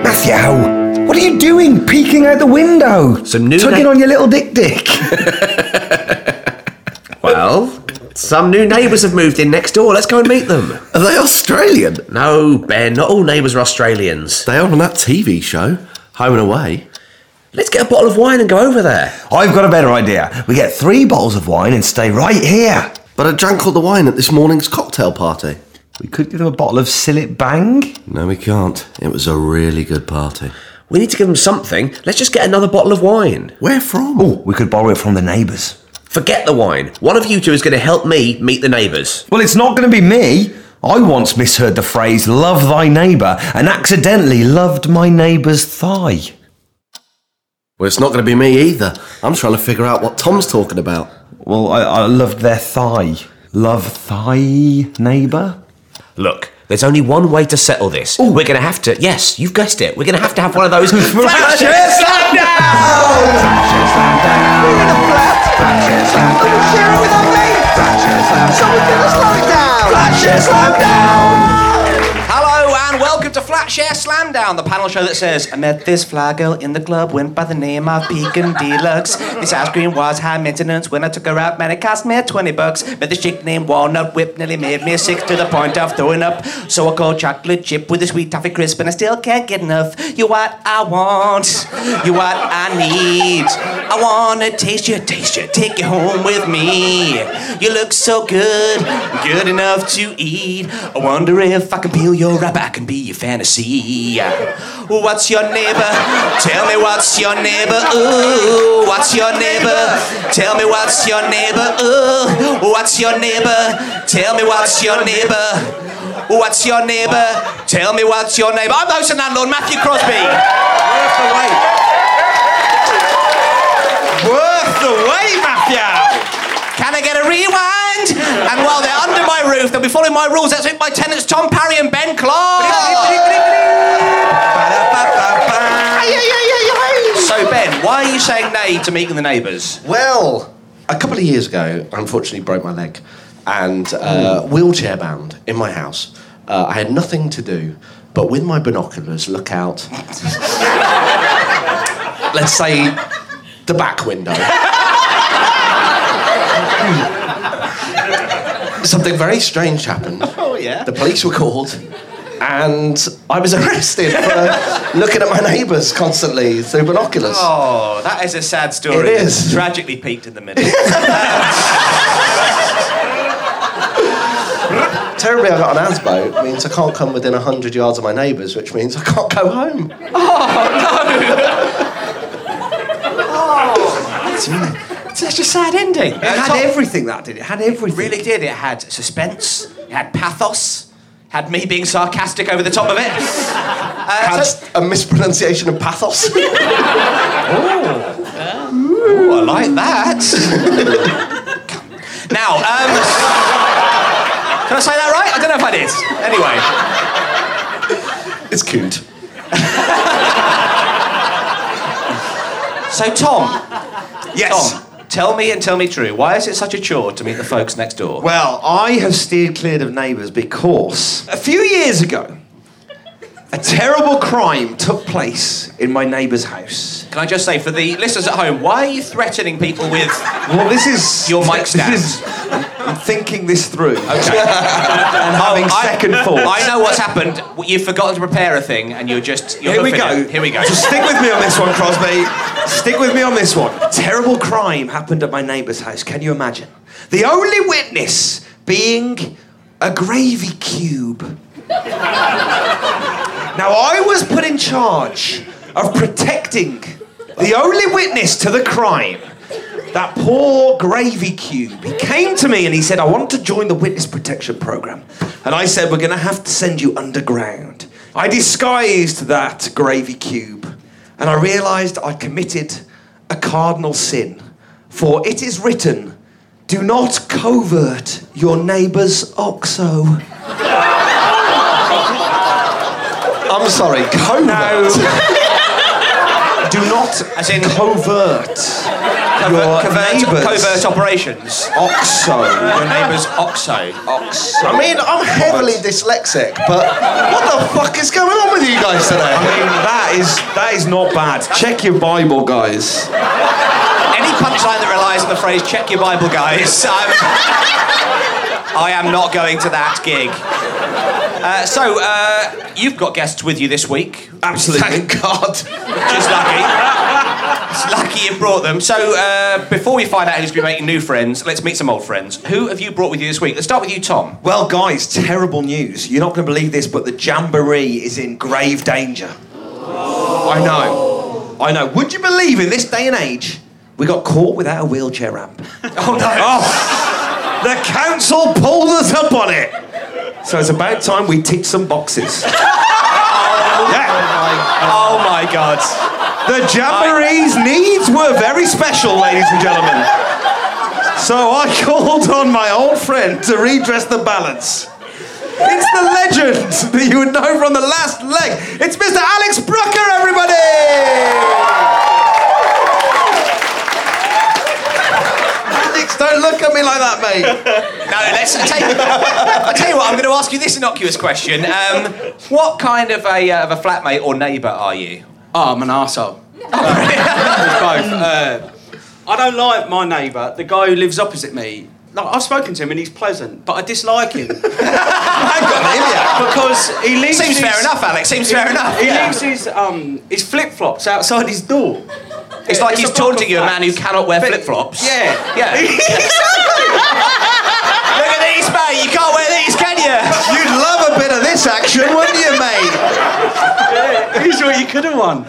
Matthew! What are you doing peeking out the window? Some new Tugging na- on your little dick dick. Well, some new neighbours have moved in next door. Let's go and meet them. Are they Australian? No, Ben, not all neighbours are Australians. They are on that TV show, Home and Away. Let's get a bottle of wine and go over there. I've got a better idea. We get three bottles of wine and stay right here. But I drank all the wine at this morning's cocktail party. We could give them a bottle of Sillet Bang. No, we can't. It was a really good party. We need to give them something. Let's just get another bottle of wine. Where from? Oh, we could borrow it from the neighbours. Forget the wine. One of you two is going to help me meet the neighbours. Well, it's not going to be me. I once misheard the phrase love thy neighbour and accidentally loved my neighbour's thigh. Well, it's not going to be me either. I'm trying to figure out what Tom's talking about. Well, I, I loved their thigh. Love thigh neighbour? Look, there's only one way to settle this. Oh, we're going to have to. Yes, you've guessed it. We're going to have to have one of those. Flashes Hello and welcome to Flatshare Slamdown, the panel show that says, I met this fly girl in the club, went by the name of Pecan Deluxe. This ice cream was high maintenance when I took her out, man, it cost me 20 bucks. But this chick named Walnut Whip nearly made me sick to the point of throwing up. So I called chocolate chip with a sweet toffee crisp, and I still can't get enough. You're what I want, you're what I need. I wanna taste you, taste you, take you home with me. You look so good, good enough to eat. I wonder if I can peel your wrapper, I can be your fantasy. What's your neighbor? Tell me what's your neighbor. Ooh, what's your neighbor? Tell me what's your neighbor. Ooh, what's your neighbor? Tell me what's your neighbor. What's your neighbor? Tell me what's your neighbor. Oh, I'm hosting that Lord Matthew Crosby. Worth the wait. Worth the wait, Matthew. Can I get a rewind? And while they're under my roof, they'll be following my rules. That's with my tenants Tom Parry and Ben Clark. so, Ben, why are you saying nay to meeting the neighbours? Well, a couple of years ago, I unfortunately broke my leg and uh, wheelchair bound in my house. Uh, I had nothing to do but with my binoculars look out, let's say, the back window. Something very strange happened. Oh, yeah. The police were called. And I was arrested for looking at my neighbours constantly through binoculars. Oh, that is a sad story. It is. Tragically peaked in the middle. Terribly, I've got an ASBO. means I can't come within 100 yards of my neighbours, which means I can't go home. Oh. It's such a sad ending. It had everything that did. It had everything. really did. It had suspense, it had pathos, had me being sarcastic over the top of it. Uh, Had so- a mispronunciation of pathos. Ooh, I like that. now, um, can I say that right? I don't know if I did. Anyway, it's cute. so Tom, Yes. Tom, tell me and tell me true. Why is it such a chore to meet the folks next door? Well, I have steered clear of neighbours because a few years ago, a terrible crime took place in my neighbour's house. Can I just say for the listeners at home, why are you threatening people with? Well, this is Your mic stand. This is, I'm thinking this through. and having second thoughts. Oh, I know what's happened. You've forgotten to prepare a thing, and you're just. You're Here we hoofing go. it. Here we go. So stick with me on this one, Crosby. Stick with me on this one. Terrible crime happened at my neighbour's house. Can you imagine? The only witness being a gravy cube. now I was put in charge of protecting the only witness to the crime. That poor gravy cube. He came to me and he said, I want to join the witness protection program. And I said, We're going to have to send you underground. I disguised that gravy cube and I realized I committed a cardinal sin. For it is written, Do not covert your neighbour's oxo. I'm sorry, covert. Do not As in- covert your covert, neighbour's covert operations. oxo. Your neighbour's Oxo. oxo. I mean, I'm heavily dyslexic, but what the fuck is going on with you guys I today. mean, that is that is not bad. Check your Bible, guys. Any punchline that relies on the phrase "check your Bible, guys," um, I am not going to that gig. Uh, so uh, you've got guests with you this week. Absolutely. Thank God. Just lucky. It's lucky you brought them. So uh, before we find out who's been making new friends, let's meet some old friends. Who have you brought with you this week? Let's start with you, Tom. Well, guys, terrible news. You're not going to believe this, but the jamboree is in grave danger. I know. I know. Would you believe in this day and age, we got caught without a wheelchair ramp? oh, no. the council pulled us up on it. So it's about time we ticked some boxes. yeah. Oh my God. The jamboree's needs were very special, ladies and gentlemen. So I called on my old friend to redress the balance. It's the legend that you would know from the last leg. It's Mr. Alex Brucker, everybody! Alex, don't look at me like that, mate. No, let's. I tell you, I tell you what. I'm going to ask you this innocuous question. Um, what kind of a uh, of a flatmate or neighbour are you? Oh, I'm an arsehole. Uh, both. Uh, I don't like my neighbour, the guy who lives opposite me. Like, I've spoken to him and he's pleasant, but I dislike him because he leaves. Seems his, fair enough, Alex. Seems fair enough. He Yeah. leaves his um his flip flops outside his door. It's like he's a block taunting of you, a flats. man who cannot wear flip flops. Yeah. Yeah. Look at these, mate. You can't wear these, can you? You'd love a bit of this action, wouldn't you, mate? He's what you could have won.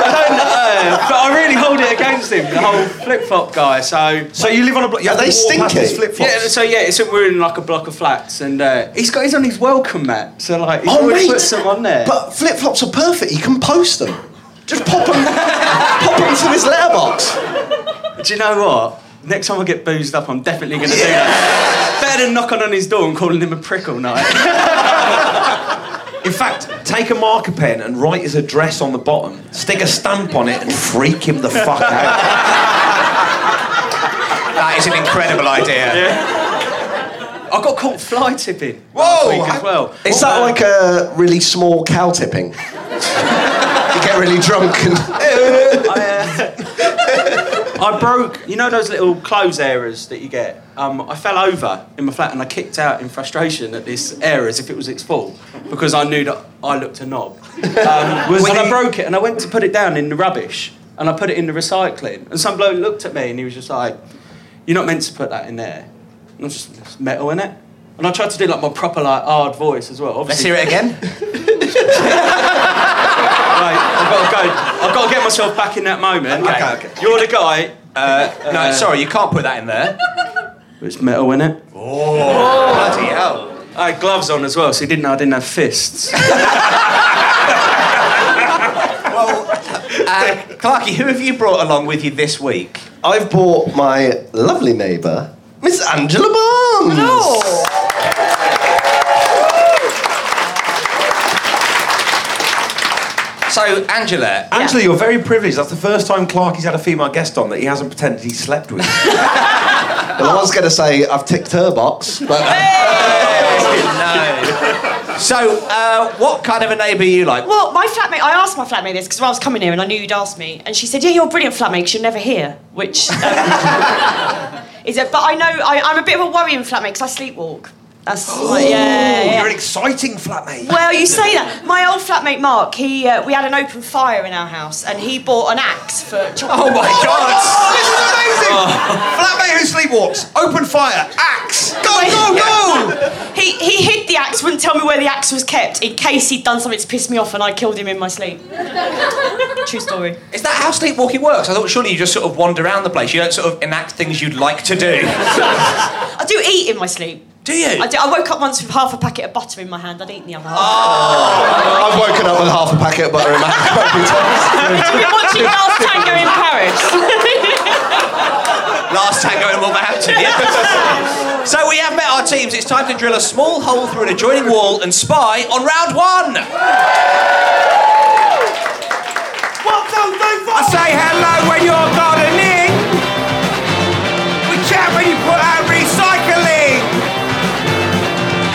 I don't know, but I really hold it against him, the whole flip flop guy. So, So you live on a block. You have Are to they walk past stinky? these flip-flops. yeah, so yeah, it's we're in like a block of flats, and uh, he's got his on his welcome mat. So like, he's already put some on there. But flip flops are perfect. You can post them. Just pop them, pop them to this letterbox. Do you know what? Next time I get boozed up, I'm definitely going to do that. Better than knocking on his door and calling him a prick all night. In fact, take a marker pen and write his address on the bottom, stick a stamp on it, and freak him the fuck out. That is an incredible idea. I got caught fly tipping last week as well. Uh, Is that like a really small cow tipping? you get really drunk and. I broke, you know those little clothes areas that you get? Um, I fell over in my flat and I kicked out in frustration at this area as if it was its fault because I knew that I looked a knob. Um, and I broke it and I went to put it down in the rubbish and I put it in the recycling. And some bloke looked at me and he was just like, You're not meant to put that in there. And I was just, There's metal in it. And I tried to do like my proper, like, hard voice as well. Let's Obviously, hear it again. Right, I've got to go. I've got to get myself back in that moment. Okay, okay. You're the guy. No, sorry, you can't put that in there. There's metal in it. Bloody hell. I had gloves on as well, so he didn't know I didn't have fists. Uh, Clarky, who have you brought along with you this week? I've bought my lovely neighbour, Miss Angela Barnes. So, Angela. Angela, you're very privileged. That's the first time Clarky's had a female guest on that he hasn't pretended he slept with. Well, I was going to say I've ticked her box, but So, uh, what kind of a neighbour are you like? Well, my flatmate, I asked my flatmate this because I was coming here and I knew you'd ask me, and she said, "Yeah, you're a brilliant flatmate. 'cause You're never here," which um, is it. But I know I, I'm a bit of a worrying flatmate because I sleepwalk. That's my, yeah, yeah. You're an exciting flatmate. Well, you say that. My old flatmate Mark, he uh, we had an open fire in our house, and he bought an axe for chopping. Oh my God! Oh. This is amazing! Flatmate who sleepwalks, open fire, axe, go, go, go! He he hid the axe, wouldn't tell me where the axe was kept in case he'd done something to piss me off, and I killed him in my sleep. True story. Is that how sleepwalking works? I thought surely you just sort of wander around the place. You don't sort of enact things you'd like to do. I do eat in my sleep. Do you? I, do, I woke up once with half a packet of butter in my hand. I'd eaten the other half. I've woken up with half a packet of butter in my hand. I've been watching Last Tango in Paris. Last tango in Wolverhampton, yeah. so we have met our teams. It's time to drill a small hole through an adjoining wall and spy on round one. I say hello when you're gardening. We chat when you put out recycling.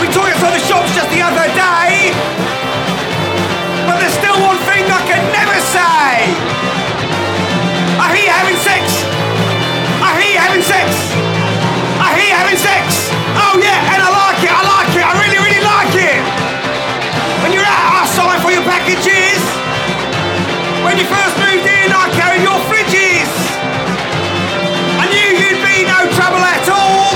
We took it from the shops just the other day. say, but there's still one thing I can never say. I hear you having sex. I hear you having sex. I hear you having sex. Oh yeah, and I like it. I like it. I really, really like it. When you're out, I sign for your packages. When you first moved in, I carried your fridges. I knew you'd be no trouble at all.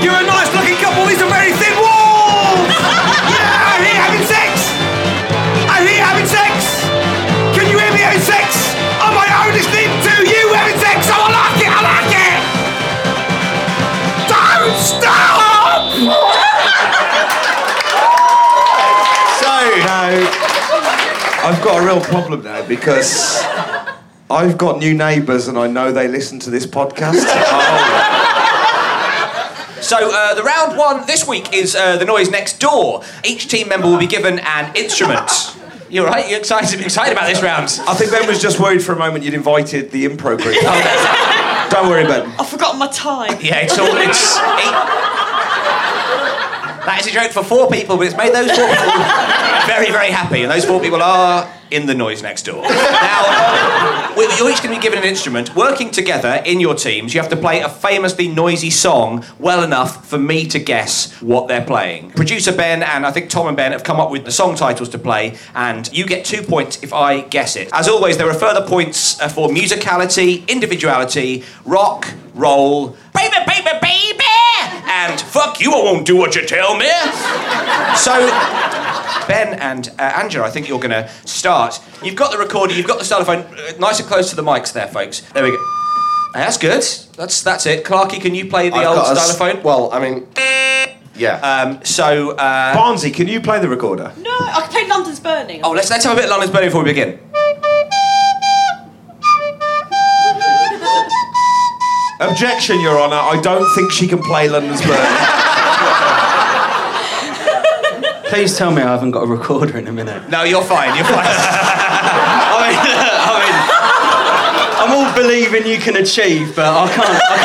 You're a nice looking couple, these are very thin walls! yeah, I hear you having sex! I hear you having sex! Can you hear me having sex? Am I own listening to you having sex? Oh, I like it, I like it! Don't stop! So I've got a real problem now because I've got new neighbours and I know they listen to this podcast. So uh, the round one this week is uh, the noise next door. Each team member will be given an instrument. You're right. You're excited. excited about this round. I think Ben was just worried for a moment you'd invited the impro group. Don't worry, Ben. I've forgotten my time. Yeah, it's all. It's. Eight. That is a joke for four people, but it's made those four people very, very happy, and those four people are in the noise next door. Now, we- you're each going to be given an instrument. Working together in your teams, you have to play a famously noisy song well enough for me to guess what they're playing. Producer Ben and I think Tom and Ben have come up with the song titles to play, and you get two points if I guess it. As always, there are further points uh, for musicality, individuality, rock, roll, baby, baby, baby, and fuck you, I won't do what you tell me. So. Ben and uh, Angela, I think you're going to start. You've got the recorder, you've got the cellophone, uh, nice and close to the mics there, folks. There we go. Hey, that's good. That's that's it. Clarky, can you play the I've old got a s- xylophone? Well, I mean, yeah. Um, so, uh, Barnsey, can you play the recorder? No, I can play London's Burning. oh, let's let's have a bit of London's Burning before we begin. Objection, Your Honour. I don't think she can play London's Burn. Please tell me I haven't got a recorder in a minute. No, you're fine. You're fine. I mean, I mean, I'm all believing you can achieve, but I can't. I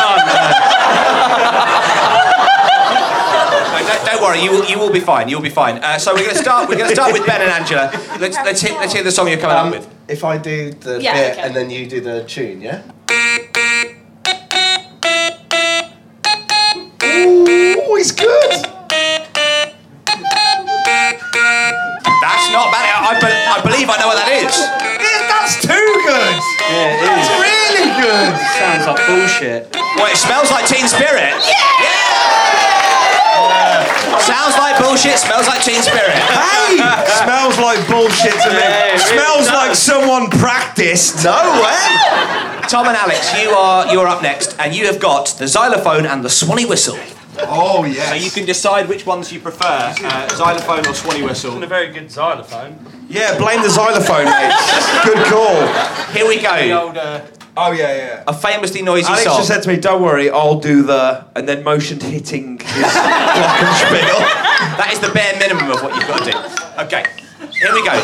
can't. No, don't, don't worry. You will, you will be fine. You'll be fine. Uh, so we're going to start. We're going to start with Ben and Angela. Let's let's hear, let's hear the song you're coming up with. Um, if I do the Yeah, bit okay. and then you do the tune, yeah? Ooh, it's good. That's not bad. I, I, be, I believe I know what that is. That's too good. Yeah, it is. Really good. sounds like bullshit. Well, it smells like Teen Spirit. Yeah. Sounds like bullshit. Smells like Teen Spirit. Hey, smells like bullshit to me. Yeah, it really smells does. like someone practiced. No way. Tom and Alex, you are you're up next, and you have got the xylophone and the swanny whistle. Oh yeah. You can decide which ones you prefer, uh, xylophone or swanny whistle. a very good xylophone. Yeah, blame the xylophone, mate. Good call. Here we go. Oh yeah, yeah. uh, A famously noisy Alex song. just said to me, "Don't worry, I'll do the," and then motioned hitting his glockenspiel. that is the bare minimum of what you've got to do. Okay. Here we go.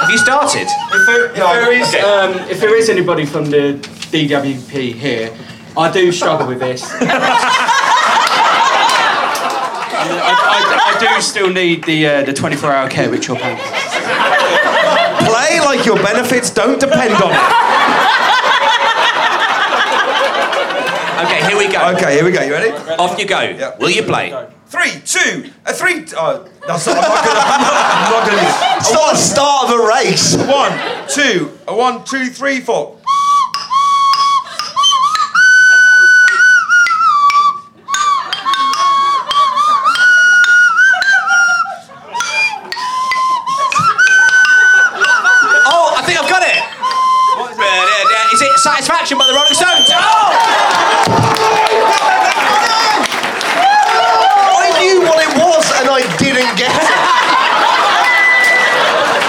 have you started? If there, if, No, there is, okay. um, if there is anybody from the DWP here, I do struggle with this. I, I- I do still need the uh, the 24-hour care which you're paying. Play like your benefits don't depend on it. Okay. Here we go. Okay, here we go. You ready? Off you go. Will you play? Oh, Three, two, a three. Oh, that's not, I'm not gonna. I'm not gonna. It's not the start of a race. One, two, a one, two, three, four. Oh, I think I've got it. Is it Satisfaction by the Rolling Stones? Oh! I knew what it was and I didn't get it.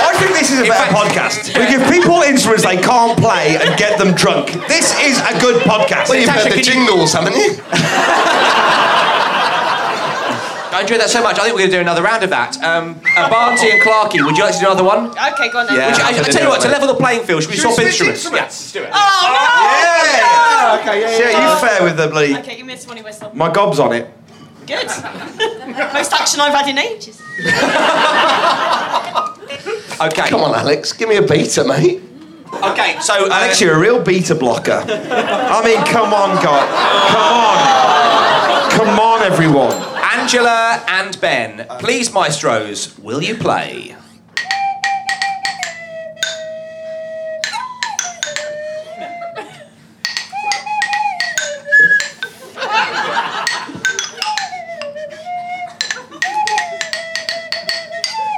I think this is a better podcast. We give people instruments they can't play and get them drunk. This is a good podcast. Well, you've heard the jingles, haven't you? I enjoyed that so much. I think we're going to do another round of that. Um, uh, Barnsley and Clarkey, would you like to do another one? Okay, go on then. Yeah. Would you- I, I tell you what, to level the playing field, should we swap switch instruments? instruments? Yeah, let's do Oh, Yeah. Okay. Yeah. you fair with the bloody. no! Okay, give me a swanny whistle. My gob's on it. Oh, Good. Most action I've had in ages. Okay. Come on, Alex, give me a beta, mate. Okay, so uh, Alex, you're a real beta blocker. I mean, come on, God. Come on. Come on, everyone. Angela and Ben, please, maestros, will you play?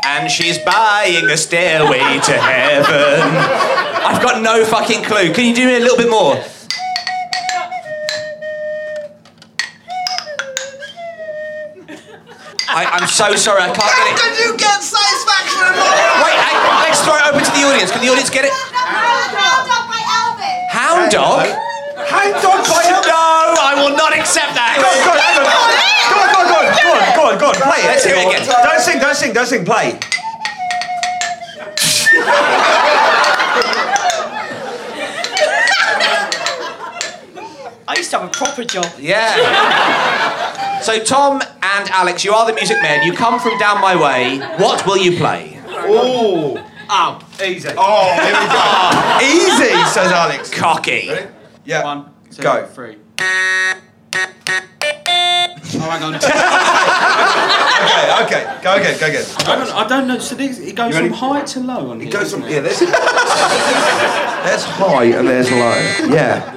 And she's buying a stairway to heaven. I've got no fucking clue. Can you do me a little bit more? I, I'm so sorry, I can't get it. Did you get satisfaction Wait, I, let's throw it open to the audience. Can the audience get it? Hound dog? Hang on, play help. No, I will not accept that. Go on, go on, go on, go on, go on, go on, go on, go on, play it. Let's hear it again. Don't sing, don't sing, don't sing, play. I used to have a proper job. Yeah. So Tom and Alex, you are the music men. You come from down my way. What will you play? oh, easy. Easy, says Alex. Cocky. Yeah. One, two, Go. three. Oh, hang on. I Okay, okay, go again, go again. don't, I don't know. So this, it goes from high to low on here. It goes doesn't from yeah, there's there's high and there's low. Yeah.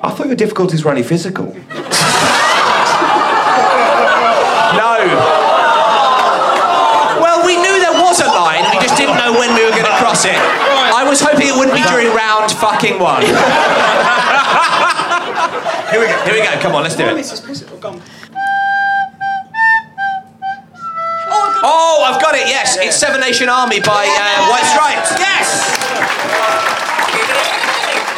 I thought your difficulties were only physical. no. Well, we knew there was a line. We just didn't know when we were going to cross it. I was hoping it wouldn't be during round fucking one. Here we go. Here we go. Come on, let's do Oh, it. it's explicit. I've gone. Oh, I've got it. Yes, it's Seven Nation Army by uh, White Stripes. Yes.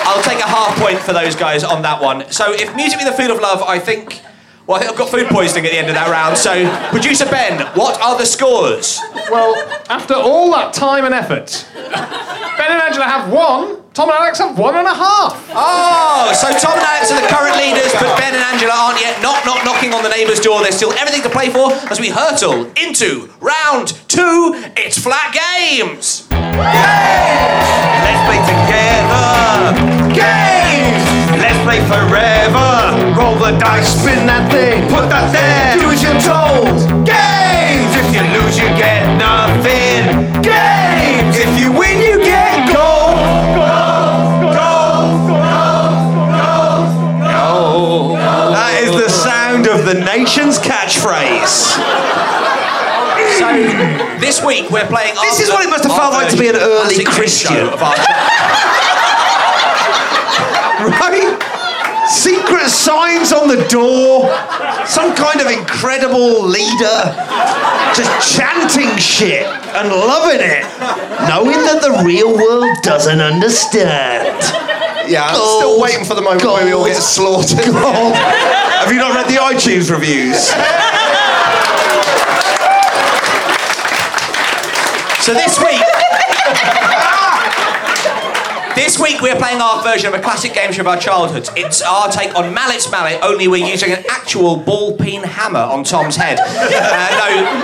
I'll take a half point for those guys on that one. So, if music be the food of love, I think. Well, I think I've got food poisoning at the end of that round. So, producer Ben, what are the scores? Well, after all that time and effort, Ben and Angela have one. Tom and Alex have one and a half. Oh, so Tom and Alex are the current leaders, but Ben and Angela aren't yet. Knock, knock, knocking on the neighbour's door. There's still everything to play for as we hurtle into round two. It's flat games. Let's play together. Games. Let's play forever. Roll the dice, spin that thing, put that there. Do as you're told. Games. If you lose, you get nothing. Games. If you win, you get gold. Gold. Gold. Gold. Gold. That is the sound of the nation's catchphrase. So this week we're playing. This is our- what it must have felt our like to be an version early of the Christian. show Of our right? Secret signs on the door, some kind of incredible leader just chanting shit and loving it, knowing that the real world doesn't understand. Yeah, I'm Gold. still waiting for the moment where we all get slaughtered. Have you not read the iTunes reviews? so this week. This week we're playing our version of a classic game show of our childhoods. It's our take on Mallet's Mallet, only we're using an actual ball peen hammer on Tom's head. Uh,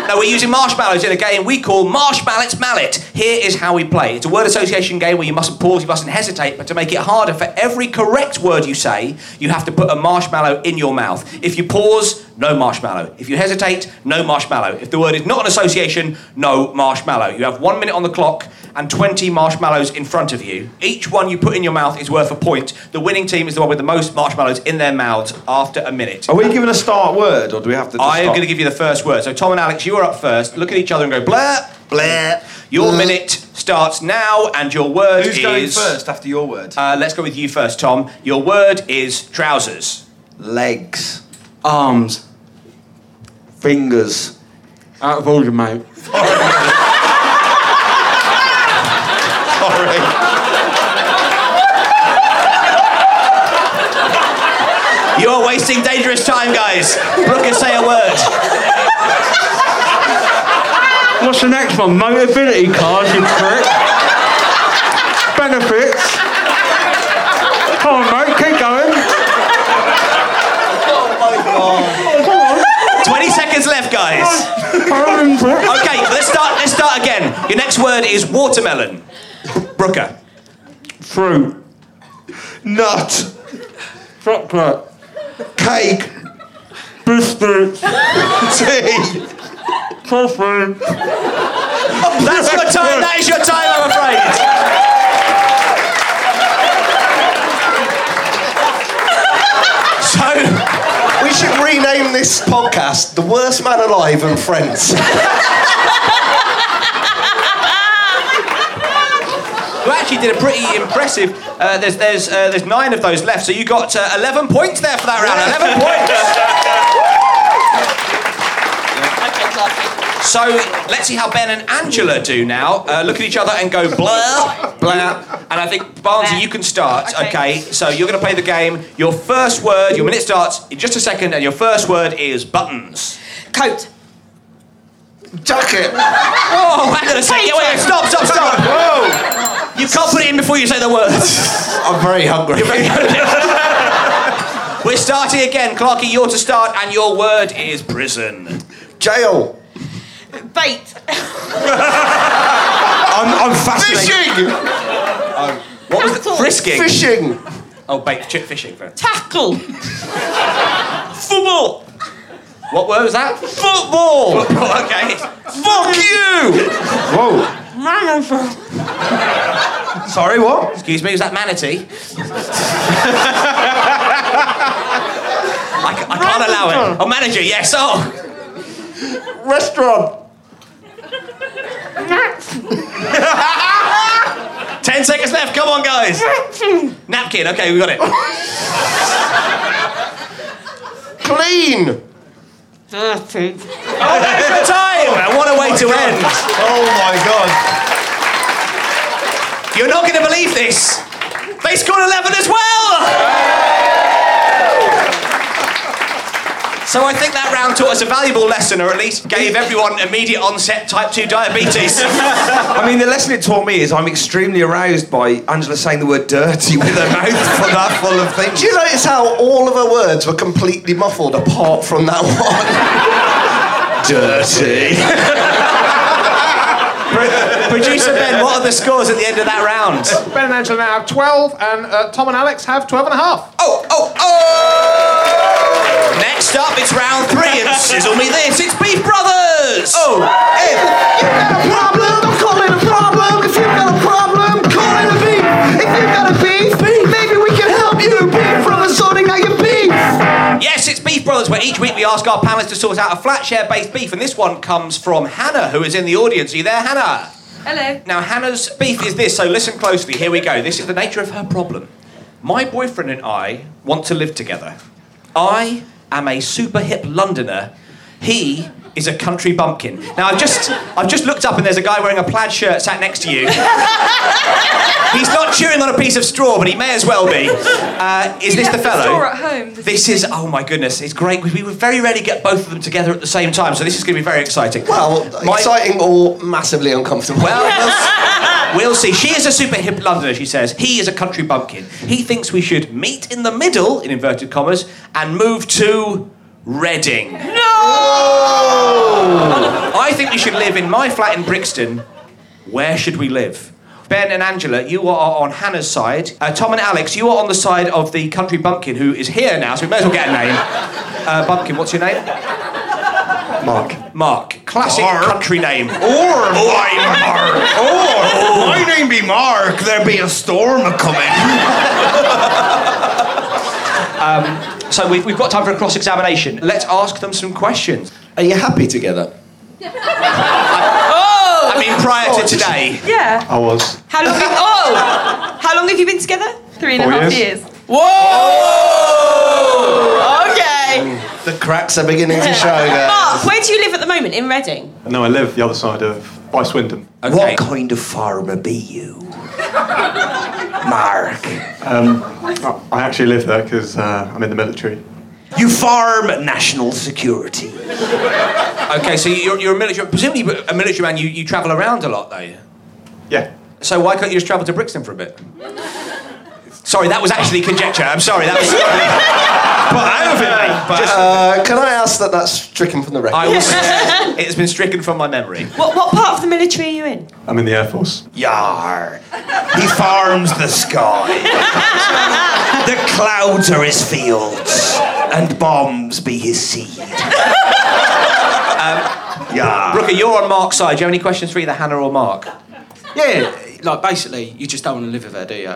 no, no, we're using marshmallows in a game we call Marshmallet's Mallet. Here is how we play. It's a word association game where you mustn't pause, you mustn't hesitate, but to make it harder, for every correct word you say, you have to put a marshmallow in your mouth. If you pause, no marshmallow. If you hesitate, no marshmallow. If the word is not an association, no marshmallow. You have one minute on the clock and 20 marshmallows in front of you. Each one you put in your mouth is worth a point. The winning team is the one with the most marshmallows in their mouths after a minute. Are we given a start word or do we have to? I am going to give you the first word. So, Tom and Alex, you are up first. Look at each other and go, bleh, bleh. Your minute starts now, and your word Who's is. going first after your word? Uh, let's go with you first, Tom. Your word is trousers. Legs, Arms. fingers. Out of order, mate. You are wasting dangerous time, guys. Brooker, say a word. What's the next one? Mobility cars, you prick. Benefits. Come on, mate, keep going. 20 Okay, let's start. Let's start again. Your next word is watermelon. Brooker. Fruit. Nut. Chocolate. Cake. Biscuits. Tea. Coffee. That's your time. That is your time. I'm afraid. So we should rename this podcast "The Worst Man Alive and Friends." You actually did a pretty impressive. Uh, there's there's uh, there's nine of those left. So you got uh, eleven points there for that round. Eleven points. So let's see how Ben and Angela do now. Uh, look at each other and go blah, blah. And I think, Barnsley, you can start. Okay. Okay. so you're going to play the game. Your first word, your minute starts in just a second, and your first word is buttons. Coat. Jacket. Oh, hang on a second. Yeah, wait, wait, stop, stop, stop. You can't put it in before you say the words. I'm very hungry. We're starting again. Clarky, you're to start, and your word is prison. Jail. Bait. I'm, I'm fascinated. Fishing. What was the Tackle. frisking? Fishing. Oh, bait, chip fishing. fair. Tackle. Football. What word was that? Football. okay. Fuck you. Sorry, what? Excuse me. Was that manatee? I, ca- I can't allow it. Oh, manager. Yes. Oh. Restaurant. Ten seconds left. Come on, guys. Napkin. Okay, we got it. Clean. Dirty. Oh, there's your time. What a way to end. Oh my god. You're not going to believe this. They scored 11 as well! So I think that round taught us a valuable lesson, or at least gave everyone immediate onset type 2 diabetes. I mean, the lesson it taught me is I'm extremely aroused by Angela saying the word dirty with her mouth for that full of things. Do you notice how all of her words were completely muffled apart from that one? Dirty. Producer Ben, what are the scores at the end of that round? Ben and Angela now have 12, and uh, Tom and Alex have 12 and a half. Oh, oh, oh! Next up, it's round three, and sizzle me this, it's Beef Brothers! Oh, You've got a problem, call it a problem. If you've got a problem, call it a beef. If you've got a beef, maybe we can help you. Beef from the sorting out your beef. Yes, it's Beef Brothers, where each week we ask our panelists to sort out a flat share based beef, and this one comes from Hannah, who is in the audience. Are you there, Hannah? Hello. Now, Hannah's beef is this, so listen closely. Here we go. This is the nature of her problem. My boyfriend and I want to live together. I am a super hip Londoner. He is a country bumpkin. Now, I've just, I've just looked up and there's a guy wearing a plaid shirt sat next to you. He's not chewing on a piece of straw, but he may as well be. Uh, is this the fellow? home. This is oh my goodness, it's great. We, we would very rarely get both of them together at the same time, so this is going to be very exciting. Well, My- exciting or massively uncomfortable. well, we'll s- we'll see. She is a super hip Londoner, she says. He is a country bumpkin. He thinks we should meet in the middle, in inverted commas, and move to Reading. No! I think we should live in my flat in Brixton. Where should we live? Ben and Angela, you are on Hannah's side. Uh, Tom and Alex, you are on the side of the country bumpkin who is here now, so we may as well get a name. Uh, bumpkin, what's your name? Mark. Mark. Classic country name. Or why Mark? Or my name be Mark. There be a storm a coming. So we've, we've got time for a cross-examination. Let's ask them some questions. Are you happy together? I mean, prior to today. Oh! Yeah. I was. How long? Have, oh. How long have you been together? Three and a half years. Whoa. Okay. The cracks are beginning to show now. Mark, where do you live at the moment? In Reading. No, I live the other side of by Swindon. Okay. What kind of farmer be you? Mark. I I actually live there because uh, I'm in the military. You farm national security. Okay, so you're, you're a military... Presumably a military man, you, you travel around a lot, though. Yeah. So why can't you just travel to Brixton for a bit? Sorry, that was actually conjecture. I'm sorry, that was... But out of it, mate. But out of Uh, can I ask that that's stricken from the it. record? I will- it has been stricken from my memory. What, what part of the military are you in? I'm in the Air Force. Yar. He farms the sky. the clouds are his fields, and bombs be his seed. um, Yar. Brooker, you're on Mark's side. Do you have any questions for either Hannah or Mark? Yeah, like basically, you just don't want to live with her, do you?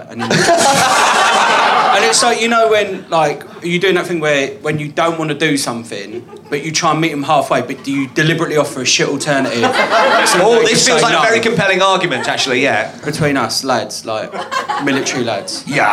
And, then- and it's like you know when like you doing that thing where when you don't want to do something, but you try and meet them halfway, but do you deliberately offer a shit alternative? Oh, this feels like a very compelling argument, actually, yeah. between us lads, like military lads. Yeah.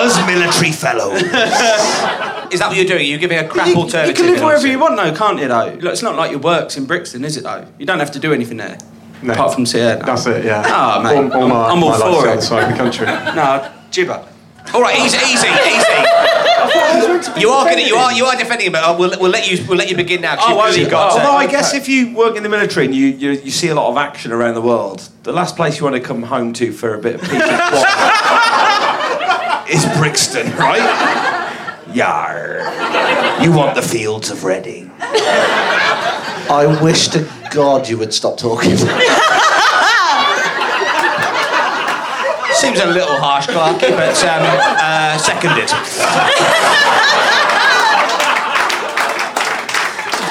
Us military fellows. Is that what you're doing? You're giving a crap You, you alternative. can live in wherever Austin? you want, though, can't you? Though Look, it's not like your works in Brixton, is it? Though you don't have to do anything there, No. apart from see her. That's it, yeah. Ah, mate. All, all my, I'm all my for life's the it. other side of the country. No, gibber. All right, easy, easy, easy. you are gonna, you are, you are defending him, but uh, we'll, we'll let you, we'll let you begin now. 'cause Oh, you've well, clearly you- got oh, to- Although I guess if you work in the military and you, you, you see a lot of action around the world, the last place you want to come home to for a bit of peace and quiet is Brixton, right? Yar. You want the fields of Reading. I wish to God you would stop talking. Seems a little harsh, Clarky, but um, uh, seconded.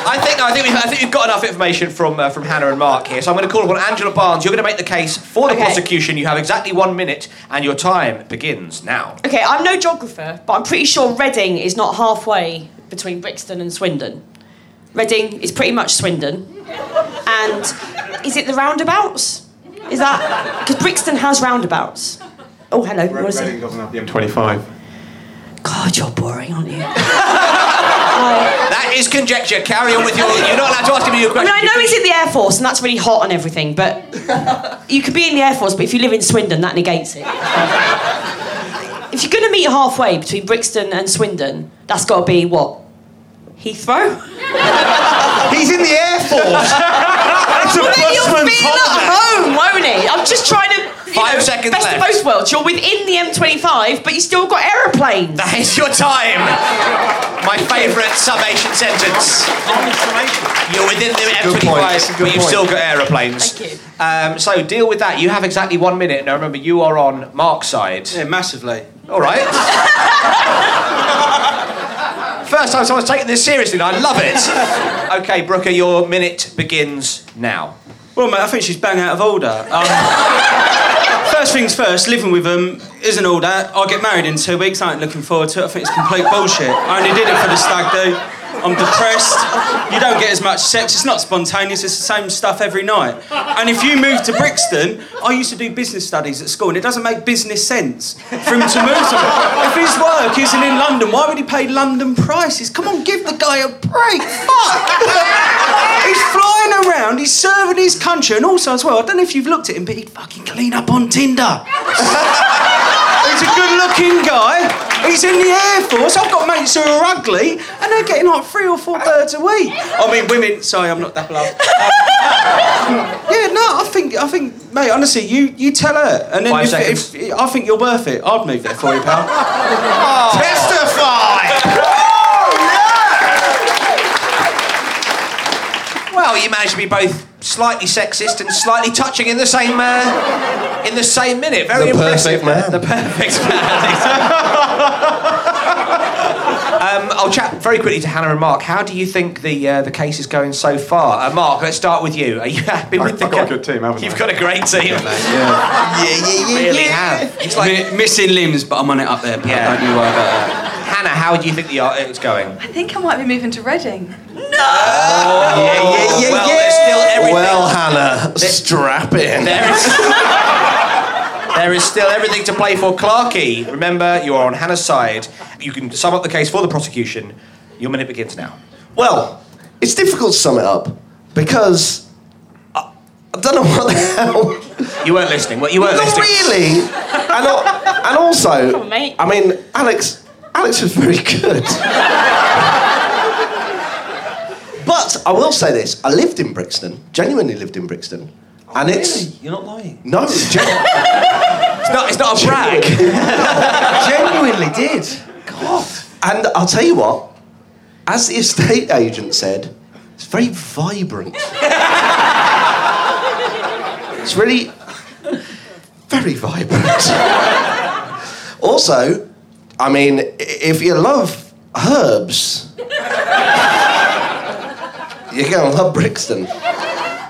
I think, I, think we've, I think we've got enough information from, uh, from Hannah and Mark here, so I'm going to call upon Angela Barnes. You're going to make the case for the Okay. prosecution. You have exactly one minute, and your time begins now. Okay, I'm no geographer, but I'm pretty sure Reading is not halfway between Brixton and Swindon. Reading is pretty much Swindon. And is it the roundabouts? Is that. Because Brixton has roundabouts. Oh, hello. you wanna say- Reading doesn't have the M25. God, you're boring, aren't you? That is conjecture. Carry on with your. You're not allowed to ask me your I mean, I question. know he's in the Air Force, and that's really hot and everything, but you could be in the Air Force, but if you live in Swindon, that negates it. if you're going to meet halfway between Brixton and Swindon, that's got to be what? Heathrow? He's in the Air Force. it's a But you'll feel busman's at holiday. home, won't it? I'm just trying to. you Five know, seconds Best left. of both worlds. You're within the M25, but you still got aeroplanes. That is your time. My favourite summation sentence. You're within the good point. It's a M25, good but you've point. still got aeroplanes. Thank you. Um, so deal with that. You have exactly one minute. Now remember, you are on Mark's side. Yeah, massively. All right. First time someone's taken this seriously, and I love it. Okay, Brooker, your minute begins now. Well, mate, I think she's bang out of order. Um, first things first, living with them isn't all that. I'll get married in two weeks. I ain't looking forward to it. I think it's complete bullshit. I only did it for the stag do. I'm depressed. You don't get as much sex. It's not spontaneous. It's the same stuff every night. And if you move to Brixton, I used to do business studies at school, and it doesn't make business sense for him to move to. If his work isn't in London, why would he pay London prices? Come on, give the guy a break. Fuck. He's flying around, he's serving his country, and also as well, I don't know if you've looked at him, but he'd fucking clean up on Tinder. he's a good looking guy. He's in the Air Force. I've got mates who are ugly, and they're getting like three or four birds a week. I mean, women. Sorry, I'm not that love. yeah, no, I think, I think, mate. Honestly, you, you tell her, and then Five if, seconds. if I think you're worth it, I'd move there for you, pal. Testify! Well, you managed to be both slightly sexist and slightly touching in the same uh, in the same minute. Very The impressive. perfect man. The perfect man. um, I'll chat very quickly to Hannah and Mark. How do you think the uh, the case is going so far? Uh, Mark, let's start with you. Are you happy with I've the? got a good team, haven't You've I? got a great team. yeah, yeah, really have. It's like Mi- missing limbs, but I'm on it up there, pal. Yeah. Don't you worry about that. Hannah. How do you think the art is going? I think I might be moving to Reading. yeah, well, There's Oh, still everything. Well, Hannah, strap in. There is, there is still everything to play for, Clarkey. Remember, you are on Hannah's side. You can sum up the case for the prosecution. Your minute begins now. Well, it's difficult to sum it up because I, I don't know what the hell. You weren't listening. Well, you weren't Not listening. really. And, al- and also, on, mate. I mean, Alex, Alex was very good. but I will say this: I lived in Brixton, genuinely lived in Brixton, and it's You're not lying. no, gen- It's not, it's not a brag. genuinely did. And I'll tell you what, as the estate agent said, it's very vibrant. it's really very vibrant. also, I mean, i- if you love herbs, you're going to love Brixton.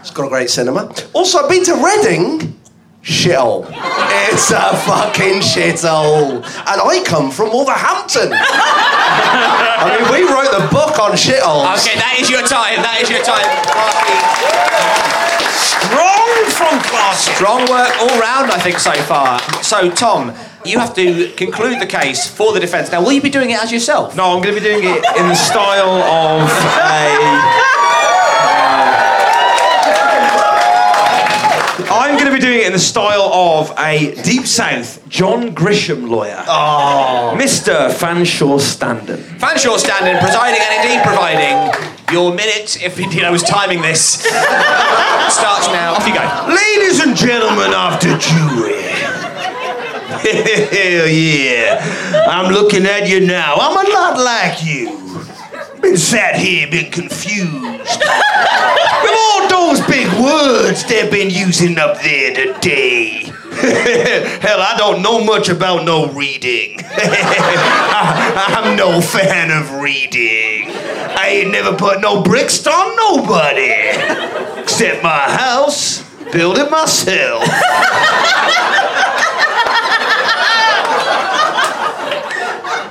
It's got a great cinema. Also, I've been to Reading. Shithole. It's a fucking shithole. And I come from Wolverhampton. I mean, we wrote the book on shitholes. Okay, that is your time. That is your time. Strong from class. Strong work all round, I think, so far. So, Tom, you have to conclude the case for the defence. Now, will you be doing it as yourself? No, I'm going to be doing it in the style of a. uh, I'm going to be doing it in the style of a Deep South John Grisham lawyer. Oh. Mr. Fanshawe Standen. Fanshawe standing, presiding, and indeed providing. Your minute, if indeed I was timing this, starts now. Off you go. Ladies and gentlemen of the jury. Hell yeah. I'm looking at you now. I'm a lot like you. Been sat here, been confused. With all those big words they've been using up there today. Hell, I don't know much about no reading. I, I'm no fan of reading. I ain't never put no bricks on nobody. Except my house, build it myself.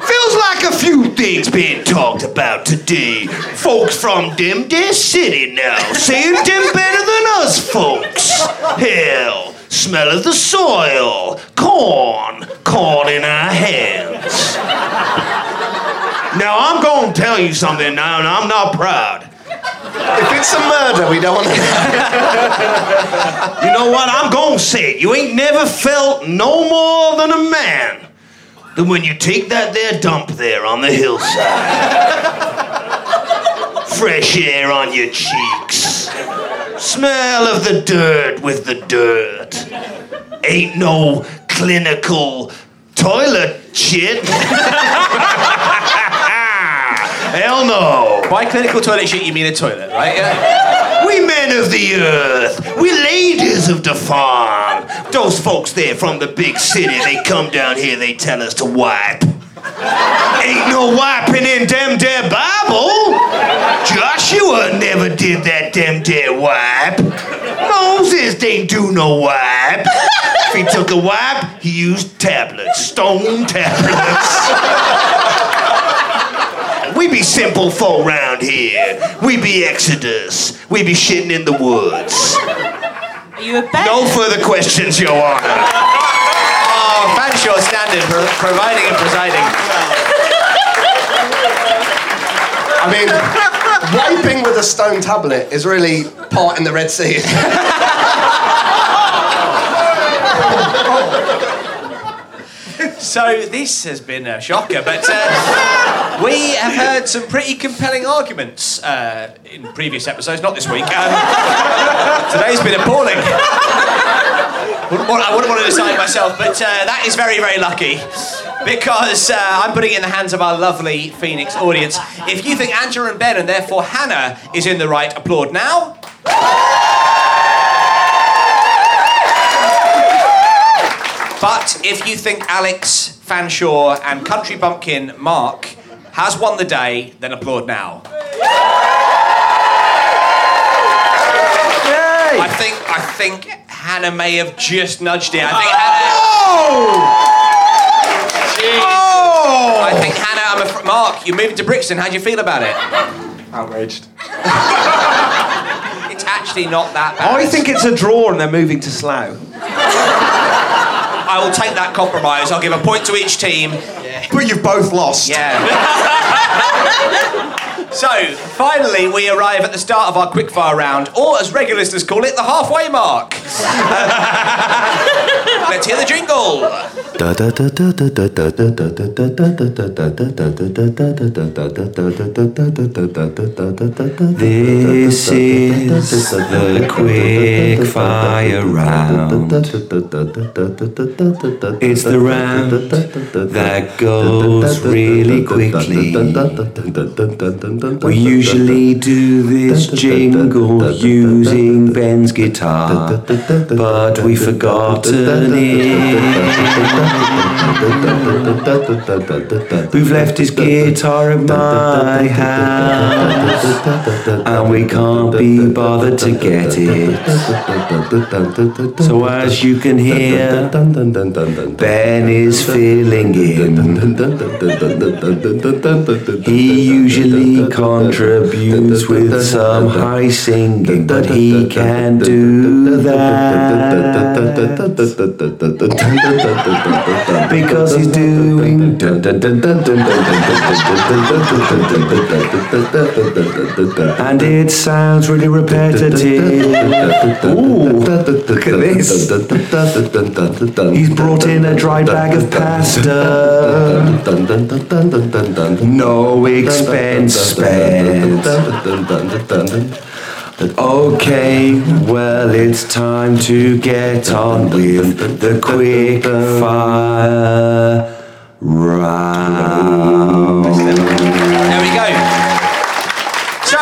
Feels like a few things being talked about today. Folks from them there city now saying them better than us folks. Hell, smell of the soil, corn, corn in our hands. Now I'm gonna tell you something now, and I'm not proud. If it's a murder, we don't want to. you know what? I'm gonna say it. You ain't never felt no more than a man than when you take that there dump there on the hillside. Fresh air on your cheeks. Smell of the dirt with the dirt. Ain't no clinical toilet shit. Hell no. By clinical toilet sheet, you mean a toilet, right? We men of the earth, we ladies of the farm. Those folks there from the big city, they come down here, they tell us to wipe. Ain't no wiping in them dare Bible. Joshua never did that damn dare wipe. Moses didn't do no wipe. If he took a wipe, he used tablets, stone tablets. We be simple folk round here. We be Exodus. We be shitting in the woods. Are you a bear? No further questions, Your Honor. Oh, Fanshawe standing, pro- providing and presiding. I mean, wiping with a stone tablet is really part in the Red Sea. So this has been a shocker, but uh, we have heard some pretty compelling arguments uh, in previous episodes, not this week. Um, today's been appalling. Wouldn't want- I wouldn't want to decide myself, but uh, that is very, very lucky because uh, I'm putting it in the hands of our lovely Phoenix audience. If you think Angela and Ben, and therefore Hannah, is in the right, applaud now. But if you think Alex, Fanshawe, and Country Bumpkin Mark has won the day, then applaud now. I think I think Hannah may have just nudged it. I think Oh! Hannah. Oh! I think Hannah. I'm afraid, Mark, you're moving to Brixton. How do you feel about it? Outraged. It's actually not that bad. I think it's a draw and they're moving to Slough. I will take that compromise. I'll give a point to each team. But you've both lost. Yeah. so, finally, we arrive at the start of our quickfire round, or as regular listeners call it, the halfway mark. Let's hear the jingle. This is the quick fire round. It's the round that goes really quickly. We usually do this jingle using Ben's guitar, but we've forgotten it. We've left his guitar at my house, and we can't be bothered to get it. So as you can hear, Ben is filling in. He usually contributes with some high singing, but he can do that because he's doing. And it sounds really repetitive. Ooh, look at this. He's brought in a dry bag of pasta. No expense spent. Okay, well, it's time to get on with the quick fire round. There we go. So,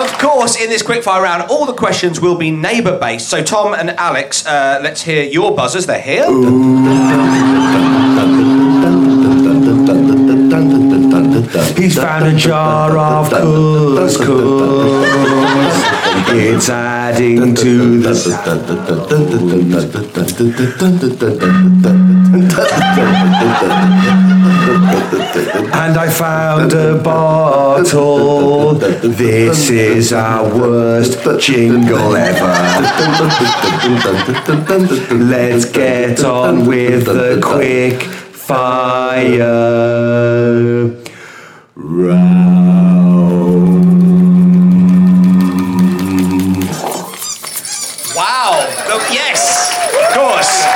of course, in this quickfire round, all the questions will be neighbour based. So, Tom and Alex, uh, let's hear your buzzers. They're here. He's found a jar of couscous. It's adding to the. And I found a bottle. This is our worst jingle ever. Let's get on with the quick fire round. Wow. Look, yes, of course.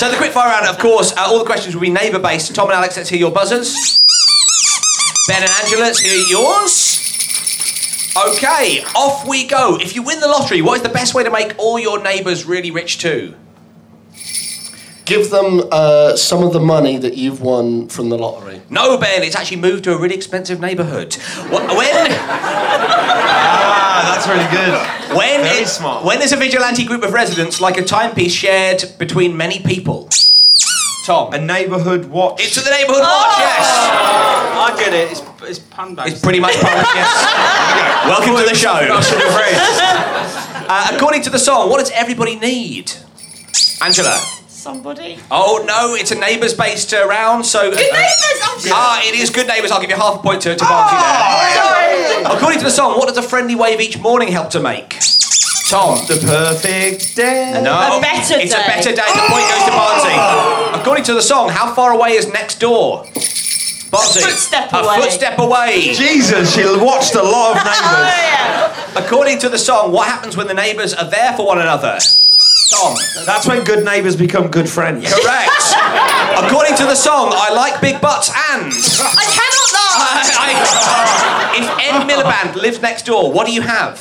So the quickfire round, of course, uh, all the questions will be neighbour-based. Tom and Alex, let's hear your buzzers. Ben and Angela, let's hear yours. Okay, off we go. If you win the lottery, what is the best way to make all your neighbours really rich too? Give them uh, some of the money that you've won from the lottery. No, Ben, it's actually moved to a really expensive neighbourhood. Wh- When? Ah, that's really good. When Very is- smart. when is a vigilante group of residents like a timepiece shared between many people? Tom. A neighbourhood watch. It's to the neighbourhood watch, yes. I get it. It's it's pun based. It's pretty much public, yes. Welcome to the show. Uh, according to the song, what does everybody need? Angela. Somebody. Oh no, it's a neighbours based uh, round, so. Good neighbours. Oh, shit. Ah, it is good neighbours. I'll give you half a point to, to Barty Ah, there. According to the song, what does a friendly wave each morning help to make? Tom. The perfect day. No. A better It's day. Ah. a better day. The point goes to Barty. According to the song, how far away is next door? Barty. A footstep A away. footstep away. Jesus, she watched a lot of Oh, neighbours. yeah. According to the song, what happens when the neighbours are there for one another? Tom. That's when good neighbours become good friends. Correct. According to the song, I like big butts and. I cannot laugh. I- I- if Ed Miliband lives next door, what do you have?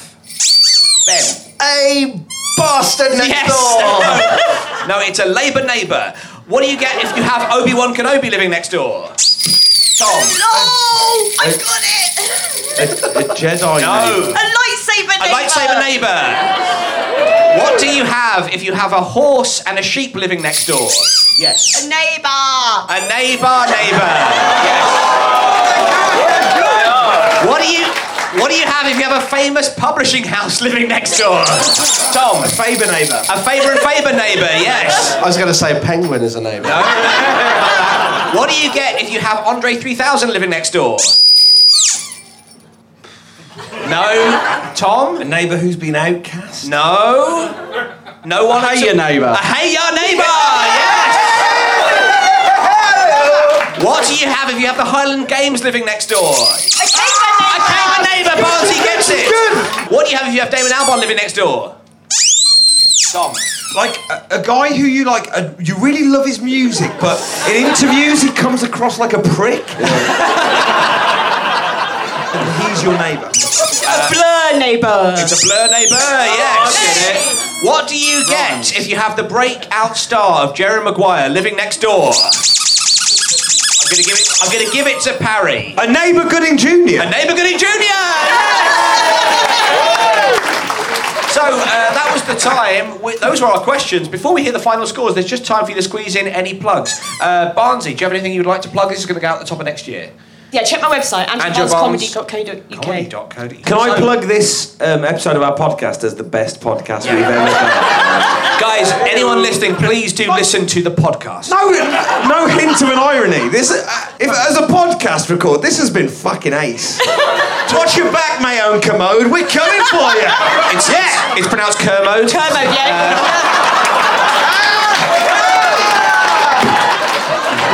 Ben. A bastard next door. Yes. No. no, it's a Labour neighbour. What do you get if you have Obi Wan Kenobi living next door? Tom. Oh, I've got it. A Jedi A No. lightsaber A neighbour. lightsaber neighbour. What do you have if you have a horse and a sheep living next door? Yes. A neighbour. A neighbour, neighbour. Yes. What do you What do you have if you have a famous publishing house living next door? Tom. neighbour. Faber neighbour. A Faber and Faber neighbour. Yes. I was going to say penguin is a neighbour. Oh, What do you get if you have Andre 3000 living next door? No. Tom. A neighbour who's been outcast. No. No one. Hey, your neighbour. A hey ya neighbour. Yes. What do you have if you have the Highland Games living next door? A caveman neighbour. A neighbour, Barty gets it. What do you have if you have Damon Albarn living next door? Some. Like a, a guy who you like, uh you really love his music, but in interviews he comes across like a prick. and he's your neighbour. a blur neighbour. It's a blur neighbour, yes. What do you get if you have the breakout star of Jerry Maguire living next door? I'm gonna give it. I'm gonna give it to Parry. A neighbour Gooding Junior. A neighbour Gooding Junior. So uh, that was the time. We, those were our questions. Before we hear the final scores, there's just time for you to squeeze in any plugs. Uh, Barnsey, do you have anything you'd like to plug? This is going to go out the top of next year. Yeah, check my website, angelbarnescomedy.co.uk. Can I plug this um, episode of our podcast as the best podcast we've ever done? Guys, anyone listening, please do listen to the podcast. No, no hint of an irony. This, uh, if, as a podcast record, this has been fucking ace. Watch your back, my own commode. We're coming for you. It's, yeah, it's pronounced Kermode. Kermode, Uh, yeah.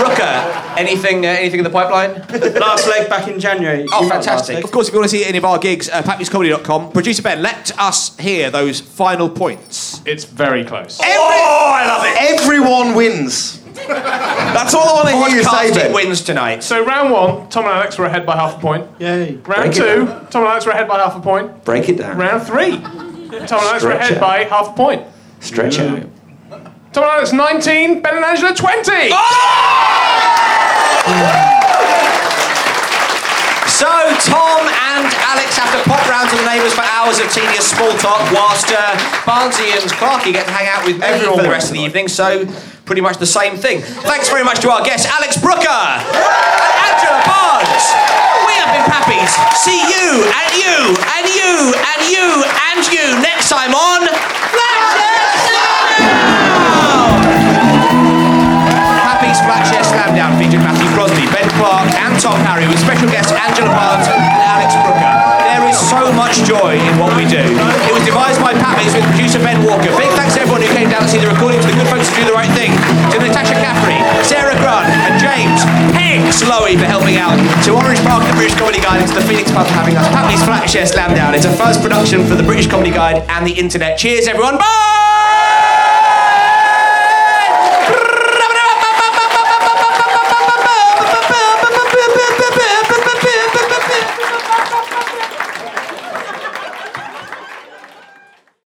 Rooker, anything, uh, anything in the pipeline? Last leg back in January. Oh, You went fantastic. last Of course, if you want to see any of our gigs, uh, patmyscomedy.com. Producer Ben, let us hear those final points. It's very close. oh, I love it. Everyone wins. That's all I want to hear you say, Podcasting Ben. wins tonight. So round one, Tom and Alex were ahead by half a point. leg. Yay. Round Break it two, Tom and Alex were ahead by half a point. Break it down. Round three, Tom and Alex were Stretch ahead it. by half a point. Stretch out. Tom and Alex 19, Ben and Angela 20. So Tom and Alex have to pop round to the neighbours for hours of tedious small talk, whilst uh, Barnsley and Clarky get to hang out with me Everyone for the wins rest of the evening. So pretty much the same thing. Thanks very much to our guests, Alex Brooker and Angela Barnes. We have been Pappies. See you and you and you and you and you next time on Flashes Happy's Flatshare Slamdown featured Matthew Crosby, Ben Clark, and Tom Harry with special guests Angela Barnes and Alex Brooker. There is so much joy in what we do. It was devised by Pappies with producer Ben Walker. Big thanks to everyone who came down to see the recording, to the good folks who do the right thing, to Natasha Caffrey, Sarah Grant, and James Pegs Lowy for helping out, to Orange Park, the British Comedy Guide, and to the Phoenix Club for having us. Pappies Flatshare Slamdown is a first production for the British Comedy Guide and the internet. Cheers, everyone. Bye!